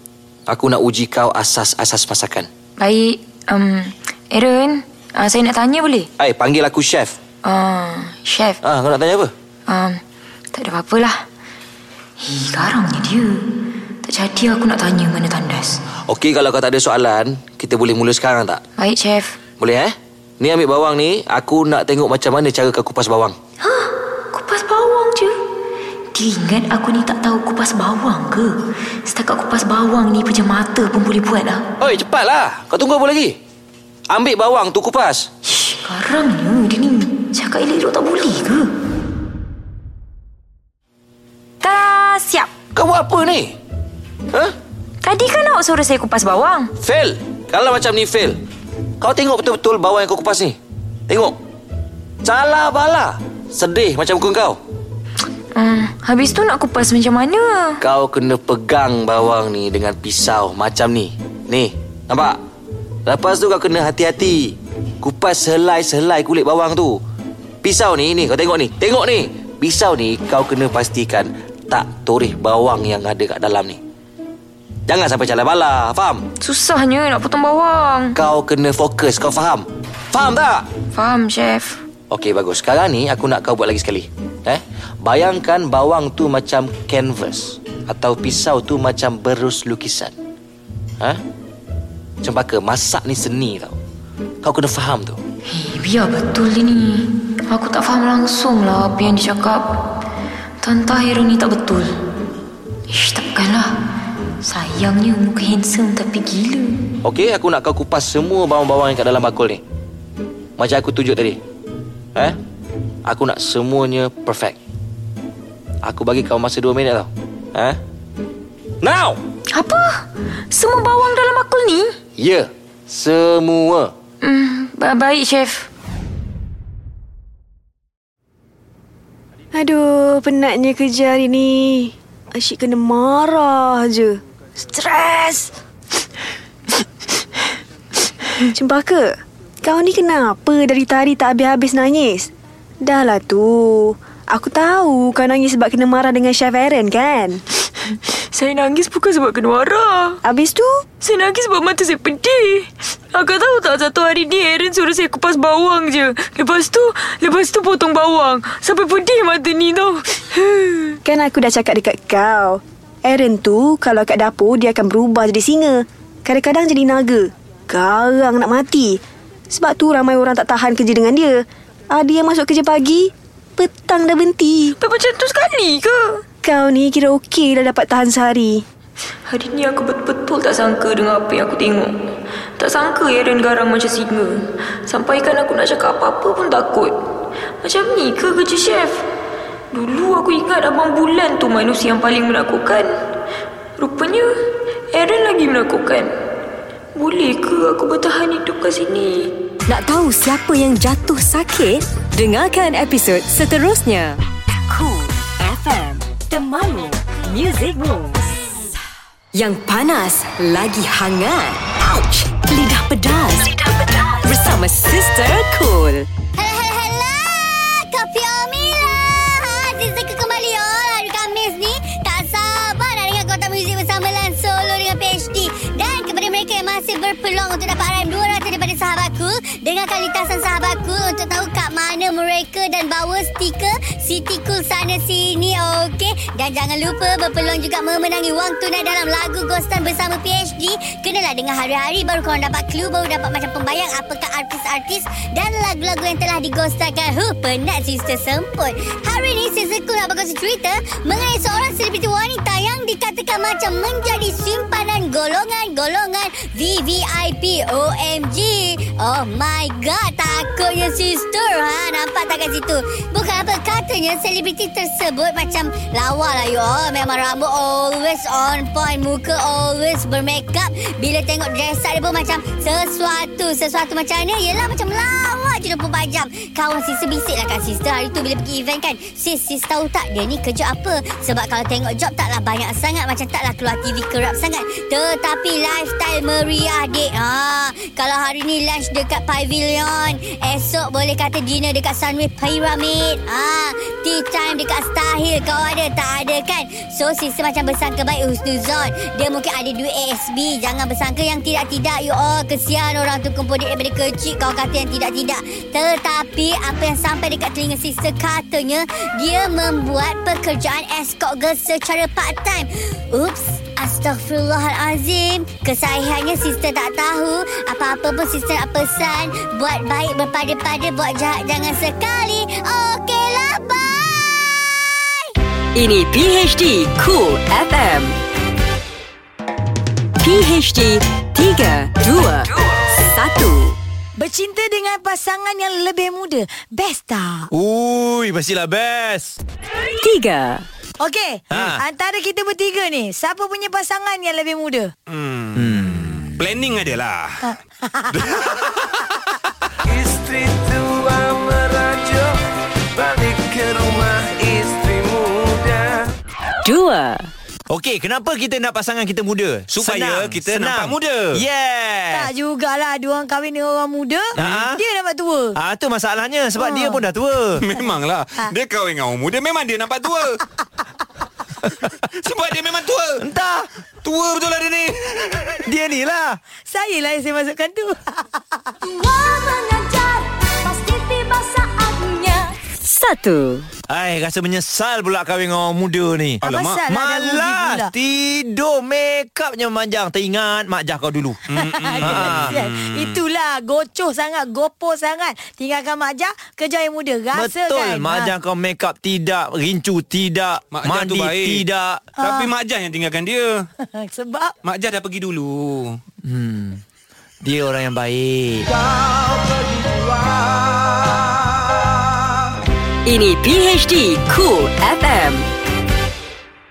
Aku nak uji kau asas-asas masakan.
Baik, um, Aaron, uh, saya nak tanya boleh?
Ai, Eh, panggil aku chef.
Uh, chef,
Ah, kau nak tanya apa?
um, tak ada apa-apalah. Hei, garangnya dia. Tak jadi aku nak tanya mana tandas.
Okey, kalau kau tak ada soalan, kita boleh mula sekarang tak?
Baik, chef.
Boleh eh? Ni ambil bawang ni, aku nak tengok macam mana cara kau kupas bawang.
Kupas bawang je. Dia ingat aku ni tak tahu kupas bawang ke? Setakat kupas bawang ni pejam mata pun boleh buat lah.
Oi, cepatlah. Kau tunggu apa lagi? Ambil bawang tu kupas.
Shh, garangnya dia ni. Cakap elok-elok tak boleh ke? Tada, siap.
Kau buat apa ni? Hah?
Tadi kan awak suruh saya kupas bawang.
Fail. Kalau macam ni fail. Kau tengok betul-betul bawang yang kau kupas ni. Tengok. Salah bala. Sedih macam muka kau.
Hmm, habis tu nak kupas macam mana?
Kau kena pegang bawang ni dengan pisau macam ni. Ni, nampak? Lepas tu kau kena hati-hati. Kupas helai-helai kulit bawang tu. Pisau ni, ni kau tengok ni. Tengok ni. Pisau ni kau kena pastikan tak toreh bawang yang ada kat dalam ni. Jangan sampai calar bala, faham?
Susahnya nak potong bawang.
Kau kena fokus, kau faham? Faham tak?
Faham, Chef.
Okey bagus. Sekarang ni aku nak kau buat lagi sekali. Eh? Bayangkan bawang tu macam canvas atau pisau tu macam berus lukisan. Ha? Cempaka masak ni seni tau. Kau kena faham tu.
Hei, Eh, biar betul dia ni. Aku tak faham langsung lah apa yang dia cakap. Tante Hero ni tak betul. Ish, takkanlah. Sayangnya muka handsome tapi gila.
Okey, aku nak kau kupas semua bawang-bawang yang kat dalam bakul ni. Macam aku tunjuk tadi. Eh? Aku nak semuanya perfect. Aku bagi kau masa 2 minit tau. Eh? Now!
Apa? Semua bawang dalam bakul ni?
Ya, yeah, semua.
Hmm, ba- baik, Chef.
Aduh, penatnya kerja hari ni. Asyik kena marah je. Stres. Cempaka, Kau ni kenapa dari tadi tak habis-habis nangis? Dah lah tu. Aku tahu kau nangis sebab kena marah dengan Chef Aaron kan?
Saya nangis bukan sebab kena marah.
Habis tu,
Saya nangis sebab mata saya pedih. Akak tahu tak satu hari ni Aaron suruh saya kupas bawang je. Lepas tu, lepas tu potong bawang. Sampai pedih mata ni tau.
kan aku dah cakap dekat kau. Aaron tu kalau kat dapur dia akan berubah jadi singa. Kadang-kadang jadi naga. Garang nak mati. Sebab tu ramai orang tak tahan kerja dengan dia. Ada yang masuk kerja pagi, petang dah berhenti.
Tapi macam tu sekali ke?
Kau ni kira okey dah dapat tahan sehari.
Hari ni aku betul-betul tak sangka dengan apa yang aku tengok. Tak sangka Aaron garang macam singa. Sampaikan aku nak cakap apa-apa pun takut. Macam ni ke kerja chef? Dulu aku ingat Abang Bulan tu manusia yang paling menakutkan. Rupanya Aaron lagi menakutkan. Boleh ke aku bertahan hidup kat sini?
Nak tahu siapa yang jatuh sakit? Dengarkan episod seterusnya. Cool FM, Temanmu, Music Moves. Yang panas, lagi hangat. Ouch! Lidah pedas. Lidah pedas. Bersama Sister Cool.
Hello, hello, hello. Kopi Omila. Ha, sister ke kembali. Oh, hari Khamis ni tak sabar nak dengar kota muzik bersama Lan Solo dengan PhD. Dan kepada mereka yang masih berpeluang untuk dapat RM200 daripada sahabatku, dengarkan litasan sahabatku untuk tahu kat mana mereka dan bawa stiker City Cool sana sini, okey? Dan jangan lupa berpeluang juga memenangi wang tunai dalam lagu Ghostan bersama PhD. Kenalah dengar hari-hari baru korang dapat clue, baru dapat macam pembayang apakah artis-artis dan lagu-lagu yang telah digostakan. Huh, penat sister semput. Hari ini Sister Cool nak berkongsi cerita mengenai seorang selebriti wanita yang dikatakan macam menjadi simpanan golongan-golongan VVIP OMG. Oh my god, takutnya sister. Ha, nampak tak kat situ? Bukan apa, katanya selebriti tersebut macam lawa lah you all. Memang rambut always on point, muka always bermakeup. Bila tengok dress up dia pun macam sesuatu. Sesuatu macam mana? Yelah macam lawa je 24 jam. Kawan sister bisik lah kat sister hari tu bila pergi event kan. Sis, sis tahu tak dia ni kerja apa? Sebab kalau tengok job taklah banyak sangat. Macam taklah keluar TV kerap sangat. Tetapi lifestyle meriah dek. Ha, kalau hari ni lunch dekat Pavilion. Esok boleh kata dinner dekat Sunway Pyramid. Ha, tea time dekat Starhill. Kau ada tak ada kan? So sister macam bersangka baik Husnuzon. Dia mungkin ada duit ASB. Jangan bersangka yang tidak-tidak you all. Kesian orang tu kumpul duit daripada kecil. Kau kata yang tidak-tidak. Tetapi apa yang sampai dekat telinga sister katanya dia membuat pekerjaan escort girl secara part time. Oops. Astaghfirullahalazim. Kesahihannya sister tak tahu. Apa-apa pun sister nak pesan. Buat baik berpada-pada, buat jahat jangan sekali. Okeylah, bye.
Ini PHD Cool FM. PHD 3, 2, 1.
Bercinta dengan pasangan yang lebih muda. Best tak?
Ui, pastilah best.
Tiga.
Okey,
Ha.
ha. antara kita bertiga ni, siapa punya pasangan yang lebih muda?
Planning adalah.
Isteri tua merajuk Balik ke rumah isteri muda
Dua.
Okey, kenapa kita nak pasangan kita muda? Ya.
Supaya kita nampak muda.
Yeah.
Tak jugalah, dua orang kahwin dengan orang muda,
Ha.
Hmm.
dia nampak tua.
Ah, tu masalahnya sebab
Ah.
dia pun dah tua. Ha.
Memanglah. Dia kahwin dengan orang muda, memang dia nampak tua. Sebab dia memang tua.
Entah.
Tua betul lah dia ni.
Dia ni lah.
Saya lah yang saya masukkan tu.
Tua mengajar, pasti tiba saatnya.
Satu.
Ai, rasa menyesal pula kahwin dengan orang muda ni.
Apa Alamak. salah dah rugi pula?
Malas tidur makeupnya manjang. Teringat mak jah kau dulu.
Hmm,
Ah.
Kesian. Itulah gocoh sangat, gopoh sangat. Tinggalkan Mak Jah, kerja yang muda. Rasa
Betul,
kan?
mak jah kau makeup tidak, rincu tidak,
Mak Jah tu
mandi
baik.
tidak.
Tapi Mak Jah yang tinggalkan dia.
Ha. Sebab
Mak Jah dah pergi dulu.
Hmm. Dia orang yang baik.
Ini PHD Cool FM.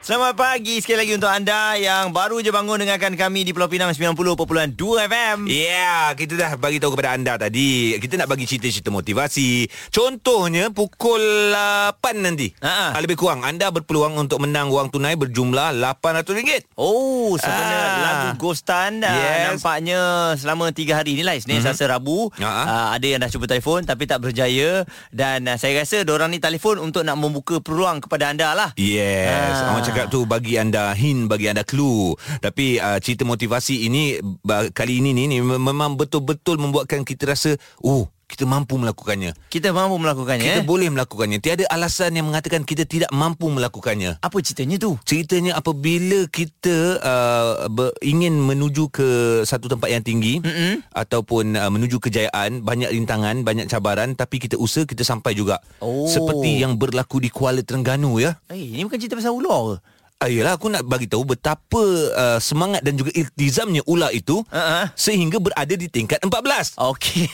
Selamat pagi sekali lagi untuk anda yang baru je bangun dengarkan kami di Pulau Pinang 90.2 FM.
Yeah, Ya, kita dah bagi tahu kepada anda tadi. Kita nak bagi cerita-cerita motivasi. Contohnya pukul 8 nanti. Ha lebih kurang anda berpeluang untuk menang wang tunai berjumlah RM800.
Oh, Sebenarnya
Ah.
lagu Ghostan dah yes. nampaknya selama 3 hari ni lah Isnin,
Mhm.
mm-hmm. Selasa, Rabu
Ah.
uh, ada yang dah cuba telefon tapi tak berjaya dan uh, saya rasa diorang ni telefon untuk nak membuka peluang kepada anda lah.
Yes,
Ah.
ha. orang cakap tu bagi anda hint, bagi anda clue. Tapi uh, cerita motivasi ini ba- kali ini ni, ni memang betul-betul membuatkan kita rasa, oh, kita mampu melakukannya.
Kita mampu melakukannya.
Kita
eh?
boleh melakukannya. Tiada alasan yang mengatakan kita tidak mampu melakukannya.
Apa ceritanya tu?
Ceritanya apabila kita uh, ber, ingin menuju ke satu tempat yang tinggi mm-hmm. ataupun uh, menuju kejayaan, banyak rintangan, banyak cabaran tapi kita usaha kita sampai juga.
Oh.
Seperti yang berlaku di Kuala Terengganu ya.
Eh, ini bukan cerita pasal ular ke?
Ayolah aku nak bagi tahu betapa uh, semangat dan juga iltizamnya ular itu uh-huh. sehingga berada di tingkat 14.
Okey.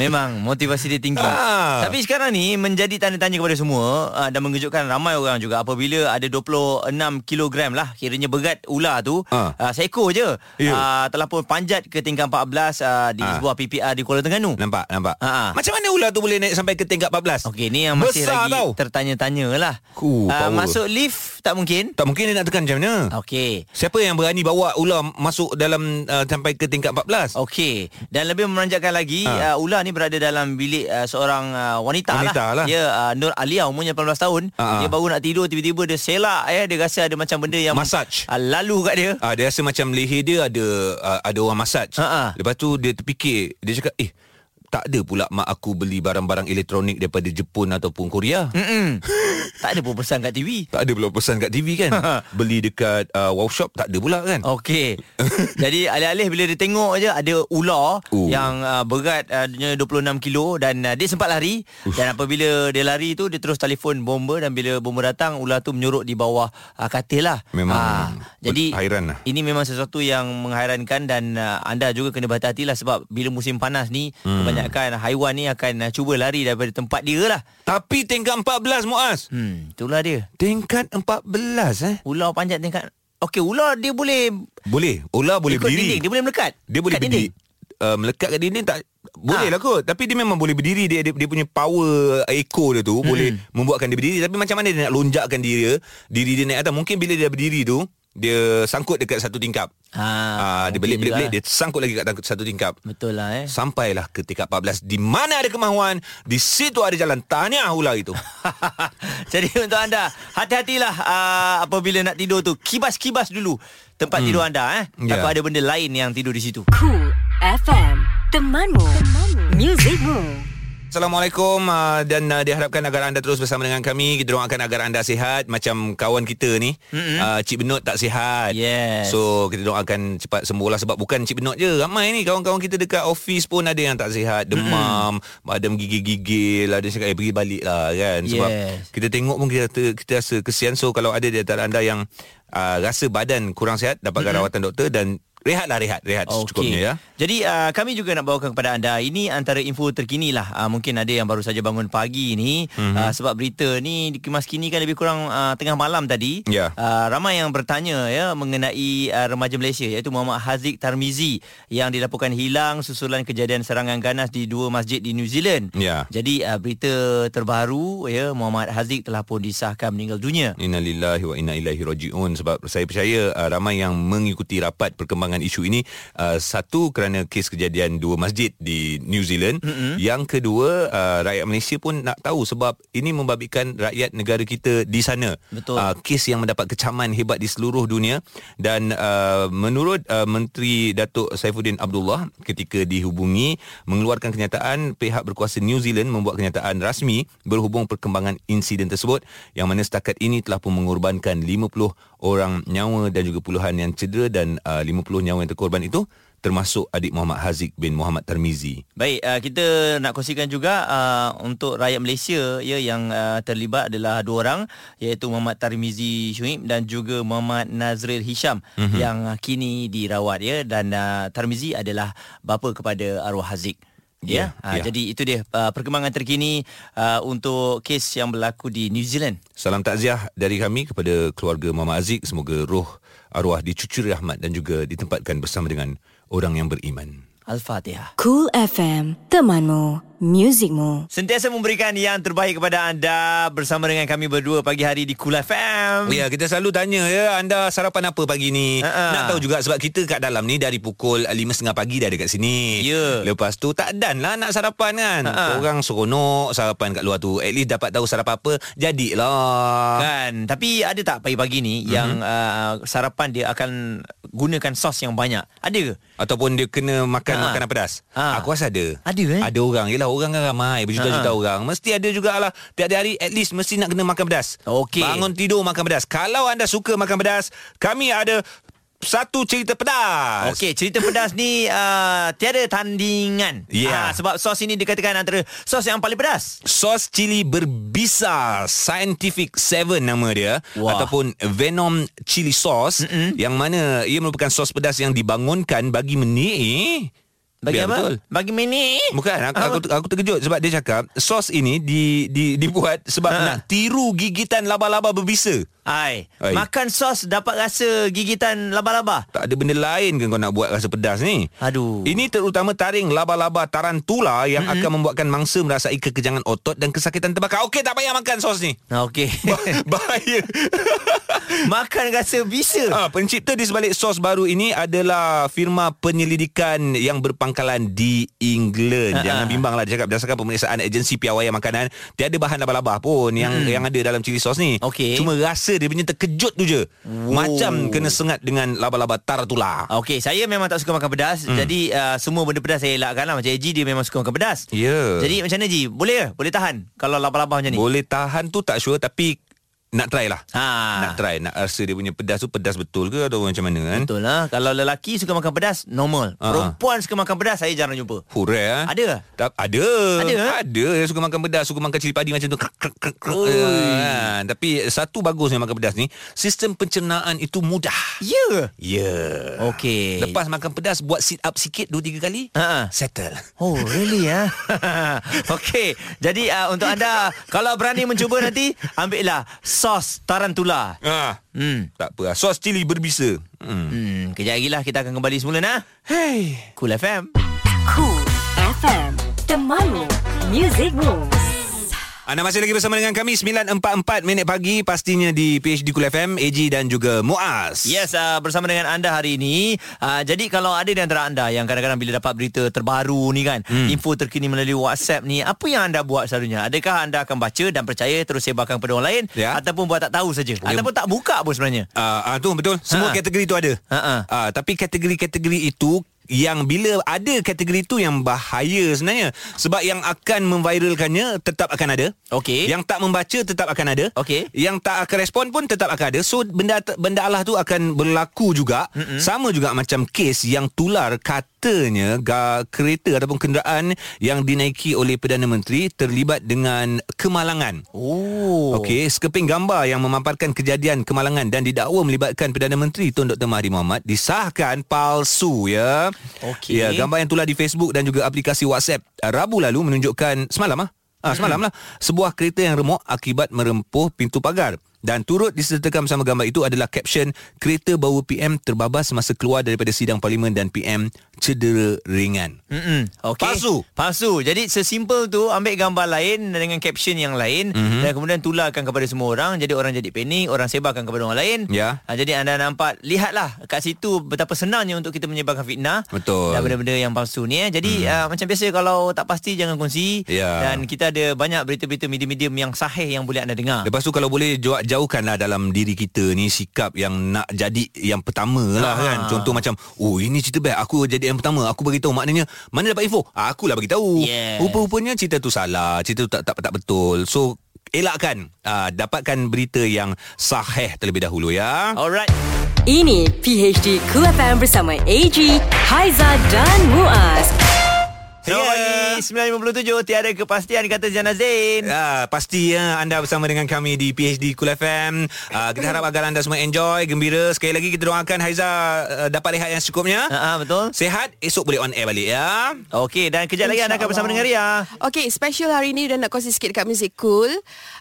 Memang motivasi dia tinggi.
Ah.
Tapi sekarang ni menjadi tanda tanya kepada semua uh, dan mengejutkan ramai orang juga apabila ada 26 kilogram lah kiranya berat ular tu
Ah.
uh, seekor je
Ya.
uh, telah pun panjat ke tingkat 14 uh, di
Ah.
sebuah PPR di Kuala Terengganu.
Nampak, nampak.
Uh-huh.
Macam mana ular tu boleh naik sampai ke tingkat 14?
Okey, ni yang masih
Besar
lagi
tau.
tertanya-tanya lah.
Ku,
Ah,
power.
masuk lift tak mungkin?
Tak mungkin dia nak tekan macam mana?
Okey.
Siapa yang berani bawa ular masuk dalam uh, sampai ke tingkat 14?
Okey. Dan lebih memanjakan lagi,
Ha.
ha. uh, ular ni berada dalam bilik uh, seorang uh, wanita,
Wanita lah.
lah. Dia uh, Nur Alia umurnya 18 tahun.
Ha, ha.
Dia baru nak tidur tiba-tiba dia selak eh dia rasa ada macam benda yang
Massage.
Uh, lalu kat dia. Ha,
Ah, dia rasa macam leher dia ada uh, ada orang massage.
Ha-ha.
Lepas tu dia terfikir, dia cakap, "Eh, tak ada pula mak aku beli barang-barang elektronik daripada Jepun ataupun Korea."
Mm-mm. tak ada pun pesan kat Ha, TV.
Tak ada pula pesan kat TV kan. beli dekat uh, wow shop tak ada pula kan.
Okey. Jadi alih-alih bila dia tengok je ada ular
Oh.
yang uh, berat uh, dia 26 kilo dan uh, dia sempat lari Uff. dan apabila dia lari tu dia terus telefon bomba dan bila bomba datang ular tu menyorok di bawah uh, katil lah.
Memang
Ah, jadi
hairan lah.
Ini memang sesuatu yang menghairankan dan uh, anda juga kena berhati-hati lah sebab bila musim panas ni hmm.
Hmm.
kebanyakan haiwan ni akan uh, cuba lari daripada tempat dia lah.
Tapi tingkat 14 Muaz.
Hmm, itulah dia.
Tingkat 14 eh.
Ular panjat tingkat Okey, ular dia boleh
Boleh. Ular boleh
ikut
berdiri.
dinding, dia boleh melekat.
Dia boleh
Kat Ah.
berdiri. Uh, melekat kat dinding tak boleh lah kot Tapi dia memang boleh berdiri Dia dia, dia punya power ekor dia tu hmm. Boleh membuatkan dia berdiri Tapi macam mana dia nak lonjakkan diri dia Diri dia naik atas Mungkin bila dia berdiri tu Dia sangkut dekat satu tingkap
Ha,
ah, Dia
mungkin
belit-belit
juga. lah.
Dia sangkut lagi kat tang- satu tingkap
Betul lah eh.
Sampailah ke tingkat 14 Di mana ada kemahuan Di situ ada jalan Tahniah ular itu
Jadi untuk anda Hati-hatilah uh, Apabila nak tidur tu Kibas-kibas dulu Tempat
Hmm.
hmm. tidur anda eh.
Ya.
Takut ada benda lain yang tidur di situ
Cool FM. Temanmu. Temanmu. Musicmu.
Assalamualaikum ah, dan ah, diharapkan agar anda terus bersama dengan kami. Kita doakan agar anda sihat macam kawan kita ni. Mm-hmm. Uh, Cik Benot tak sihat.
Yes.
So kita doakan cepat sembuhlah sebab bukan Cik Benot je. Ramai ni kawan-kawan kita dekat office pun ada yang tak sihat, demam, mm-hmm. ada menggigil-gigil, ada yang cakap eh pergi balik lah kan. Sebab
Yes.
kita tengok pun kita rasa, kita rasa kesian. So kalau ada di antara anda yang uh, rasa badan kurang sihat dapatkan mm-hmm. rawatan doktor dan rehatlah rehat rehat okay. secukupnya ya.
Jadi uh, kami juga nak bawakan kepada anda Ini antara info terkini lah uh, Mungkin ada yang baru saja bangun pagi ni
Mhm.
mm-hmm. uh, Sebab berita ni dikemas kini kan lebih kurang uh, tengah malam tadi
Ya.
uh, Ramai yang bertanya ya Mengenai uh, remaja Malaysia Iaitu Muhammad Haziq Tarmizi Yang dilaporkan hilang Susulan kejadian serangan ganas Di dua masjid di New Zealand
Ya.
Jadi uh, berita terbaru ya Muhammad Haziq telah pun disahkan meninggal dunia.
Innalillahi wa inna ilaihi rajiun sebab saya percaya uh, ramai yang mengikuti rapat perkembangan isu ini uh, satu kerana kes kejadian dua masjid di New Zealand mm-hmm. yang kedua uh, rakyat Malaysia pun nak tahu sebab ini membabitkan rakyat negara kita di sana
Betul.
Uh, kes yang mendapat kecaman hebat di seluruh dunia dan uh, menurut uh, Menteri Datuk Saifuddin Abdullah ketika dihubungi mengeluarkan kenyataan pihak berkuasa New Zealand membuat kenyataan rasmi berhubung perkembangan insiden tersebut yang mana setakat ini telah pun mengorbankan 50 orang nyawa dan juga puluhan yang cedera dan uh, 50 nyawa yang terkorban itu termasuk adik Muhammad Haziq bin Muhammad Tarmizi.
Baik, uh, kita nak kongsikan juga uh, untuk rakyat Malaysia ya yang uh, terlibat adalah dua orang iaitu Muhammad Tarmizi Shuib dan juga Muhammad Nazril Hisham
Mhm.
mm-hmm. yang uh, kini dirawat ya dan uh, Tarmizi adalah bapa kepada arwah Haziq. Ya, yeah. yeah.
ya.
jadi itu dia uh, perkembangan terkini uh, untuk kes yang berlaku di New Zealand.
Salam takziah dari kami kepada keluarga Muhammad Aziz. Semoga roh arwah dicucuri rahmat dan juga ditempatkan bersama dengan orang yang beriman.
Al-Fatihah.
Cool FM, temanmu, muzikmu.
Sentiasa memberikan yang terbaik kepada anda bersama dengan kami berdua pagi hari di Kul FM.
Ya, kita selalu tanya ya, anda sarapan apa pagi ni?
Ah.
Uh-uh. Nak tahu juga sebab kita kat dalam ni dari pukul 5.30 pagi dah dekat sini.
Ya. Ah.
Lepas tu tak dan lah nak sarapan kan.
Ha-ha.
Uh-uh. Orang seronok sarapan Kan kat luar tu. At least dapat tahu sarapan apa, jadilah. Mhm.
Kan, tapi ada tak pagi-pagi ni mm-hmm. yang uh, sarapan dia akan gunakan sos yang banyak? Ada ke?
Ataupun dia kena makan
Ha.
makanan pedas.
Ha.
Aku rasa ada.
Ada, eh?
Ada orang. Yelah orang kan ramai,
Ha.
berjuta-juta orang. Mesti ada jugalah tiap hari at least mesti nak kena makan pedas.
Okey.
Bangun tidur makan pedas. Kalau anda suka makan pedas, kami ada satu cerita pedas.
Okey, cerita pedas ni uh, tiada tandingan. Ah,
Ya.
sebab sos ini dikatakan antara sos yang paling pedas.
Sos cili berbisa Scientific 7 nama dia
Wah.
Ataupun Venom Chili Sauce Mm-mm. Yang mana ia merupakan sos pedas yang dibangunkan bagi meni
Bagi apa?
Biar Ya,
Ah.
Betul.
Bagi mini.
Bukan aku, aku, aku terkejut sebab dia cakap sos ini di, di dibuat sebab
Ha.
nak tiru gigitan laba-laba berbisa.
Ai,
Ai.
makan sos dapat rasa gigitan laba-laba.
Tak ada benda lain ke kau nak buat rasa pedas ni?
Aduh.
Ini terutama taring laba-laba tarantula yang mm-hmm. akan membuatkan mangsa merasai kekejangan otot dan kesakitan terbakar. Okey, tak payah makan sos ni.
Nah, okey.
Bahaya.
Makan rasa bisa.
Ha, pencipta di sebalik sos baru ini adalah firma penyelidikan yang berpangkalan di England.
Ha,
Jangan
ha.
bimbang lah dia cakap berdasarkan pemeriksaan agensi piawaian makanan, tiada bahan laba-laba pun yang
Mm-mm.
yang ada dalam cili sos ni.
Hmm. Okey.
Cuma rasa dia punya terkejut tu je. Macam kena sengat dengan laba-laba tarantula.
Okey, saya memang tak suka makan pedas. Hmm. Jadi uh, semua benda pedas saya elakkan lah. Macam Eji dia memang suka makan pedas.
Ya. Yeah.
Jadi macam mana Ji? Boleh ke? Boleh tahan kalau laba-laba macam ni?
Boleh tahan tu tak sure tapi nak try lah.
Ha.
Nak try, nak rasa dia punya pedas tu pedas betul ke atau macam mana kan?
Betul lah. Kalau lelaki suka makan pedas, normal.
Ha, ha.
Perempuan suka makan pedas, saya jarang jumpa.
Hurel eh?
Ada ke?
Tak, ada.
Ada, eh?
Ada. Yang suka makan pedas, suka makan cili padi macam tu. Krek, krek, krek, krek.
Ui.
Ah, tapi satu bagusnya makan pedas ni, sistem pencernaan itu mudah.
Ya. Yeah.
Ya. Yeah.
Okey.
Lepas makan pedas buat sit up sikit 2 3 kali,
Ha.
settle.
Oh really ya Okay Jadi uh, untuk anda Kalau berani mencuba nanti Ambillah Sos tarantula
Ha.
Hmm
Tak apa. lah. Sos cili berbisa. Hmm.
Hmm Kejap lagi lah Kita akan kembali semula nah
Hey.
Cool FM
Cool FM, temanmu, muzikmu.
Anda masih lagi bersama dengan kami 9.44 minit pagi pastinya di PHD Kul FM AG dan juga Muaz.
Yes, uh, bersama dengan anda hari ini. Uh, jadi kalau ada di antara anda yang kadang-kadang bila dapat berita terbaru ni kan, hmm. info terkini melalui WhatsApp ni, apa yang anda buat selalunya? Adakah anda akan baca dan percaya terus sebarkan kepada orang lain
Ya.
ataupun buat tak tahu saja? Ataupun tak buka pun sebenarnya?
Ah uh, uh, tu betul. Semua
Ha.
kategori tu ada.
Ha, ha.
Uh, tapi kategori-kategori itu yang bila ada kategori tu yang bahaya sebenarnya sebab yang akan memviralkannya tetap akan ada.
Okey.
Yang tak membaca tetap akan ada.
Okey.
Yang tak akan respon pun tetap akan ada. So benda benda Allah tu akan berlaku juga. Mm-mm. Sama juga macam kes yang tular katanya ga, kereta ataupun kenderaan yang dinaiki oleh Perdana Menteri terlibat dengan kemalangan.
Oh.
Okey, sekeping gambar yang memaparkan kejadian kemalangan dan didakwa melibatkan Perdana Menteri Tun Dr. Mahathir Mohamad disahkan palsu ya.
Okey.
Ya, gambar yang tular di Facebook dan juga aplikasi WhatsApp uh, Rabu lalu menunjukkan semalam ah. Ah,
Hmm.
semalam lah Sebuah kereta yang remuk akibat merempuh pintu pagar Dan turut disertakan bersama gambar itu adalah caption Kereta bawa PM terbabas semasa keluar daripada sidang parlimen Dan PM cedera ringan
Mm-mm. Okay.
Palsu.
Palsu. Jadi sesimpel tu ambil gambar lain dengan caption yang lain mm-hmm. dan kemudian tularkan kepada semua orang. Jadi orang jadi panik, orang sebarkan kepada orang lain.
Ya.
Ha, jadi anda nampak lihatlah kat situ betapa senangnya untuk kita menyebarkan fitnah
Betul.
dan benda-benda yang palsu ni eh. Jadi mm. uh, macam biasa kalau tak pasti jangan kongsi
Ya.
dan kita ada banyak berita-berita medium-medium yang sahih yang boleh anda dengar.
Lepas tu kalau boleh jau- jauhkanlah dalam diri kita ni sikap yang nak jadi yang pertama lah
Ah.
kan. Contoh macam, oh ini cerita best, aku jadi yang pertama, aku beritahu. Maknanya, mana dapat info? Ah, Akulah beritahu.
Yes.
Rupa-rupanya cerita tu salah, cerita tu tak, tak, tak betul. So, elakkan, uh, dapatkan berita yang sahih terlebih dahulu ya.
Alright.
Ini PHD Cool FM bersama AG, Haiza dan Muaz.
Ya.
Jawapan pagi 957 tiada kepastian kata Jana Zain.
Ah, pasti ya anda bersama dengan kami di PhD Cool FM. Ah, kita harap agar anda semua enjoy, gembira. Sekali lagi kita doakan Haiza uh, dapat rehat yang secukupnya.
Ha, betul.
Sehat, esok boleh on air balik ya.
Okey, dan kejap lagi anda akan bersama dengan
Ria. Okey, special hari ini dan nak kongsi sikit dekat Music Cool.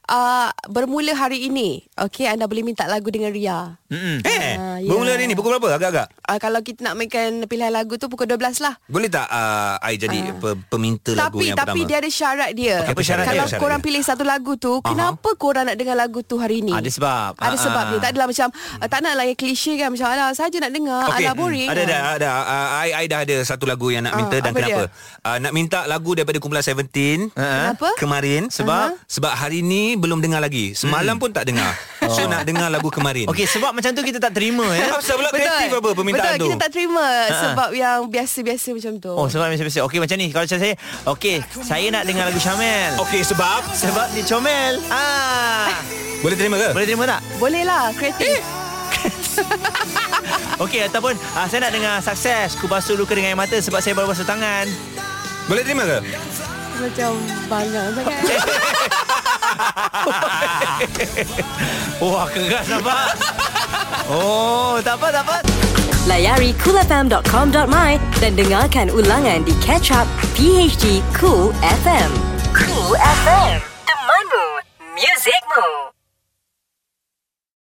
Uh, bermula hari ini. Okey, anda boleh minta lagu dengan Ria.
Mm-mm.
Ha,
Eh,
Ah, ya.
bermula hari ni pukul berapa agak-agak?
Uh, kalau kita nak mainkan pilihan lagu tu pukul 12 lah.
Boleh tak uh, I
Ah.
jadi uh, peminta lagu
Tapi
yang
tapi
pertama?
dia ada syarat dia.
Okey, apa syarat
kalau
dia? Syarat
korang
dia?
pilih satu lagu tu, kenapa korang nak dengar lagu tu hari ni?
Ada sebab.
Ada
Ah,
sebab
ah.
dia. Tak adalah macam uh, tak naklah yang klise kan macam alah saja nak dengar,
Okey, Hmm.
alah boring.
Ada ada ada. Uh, I I dah ada satu lagu yang nak
Ah,
minta
apa
dan kenapa?
dia?
Uh, nak minta lagu daripada kumpulan 17.
Ah. Kenapa? Ah.
Kemarin sebab
Aha.
sebab hari ni belum dengar lagi. Semalam
Hmm.
pun tak dengar. So nak dengar lagu kemarin.
Okey, sebab macam tu kita tak terima ya.
Eh, Apa pula kreatif apa permintaan
Betul,
tu?
kita tak terima
Ha, ha.
sebab yang biasa-biasa macam tu.
Oh sebab macam biasa Okey macam ni Kalau macam saya Okey Saya nak dengar lagu Syamel
Okey sebab
Sebab dia comel ah.
Boleh terima ke?
Boleh terima tak?
Boleh lah,
Eh,
kreatif.
Okey ataupun ah, Saya nak dengar Sukses Ku basuh luka dengan air mata Sebab saya baru basuh tangan
Boleh terima ke?
Macam banyak sangat.
Wah keras nampak Oh tak apa tak apa
Layari coolfm.com.my dan dengarkan ulangan di catch up PHD Cool FM. Cool FM.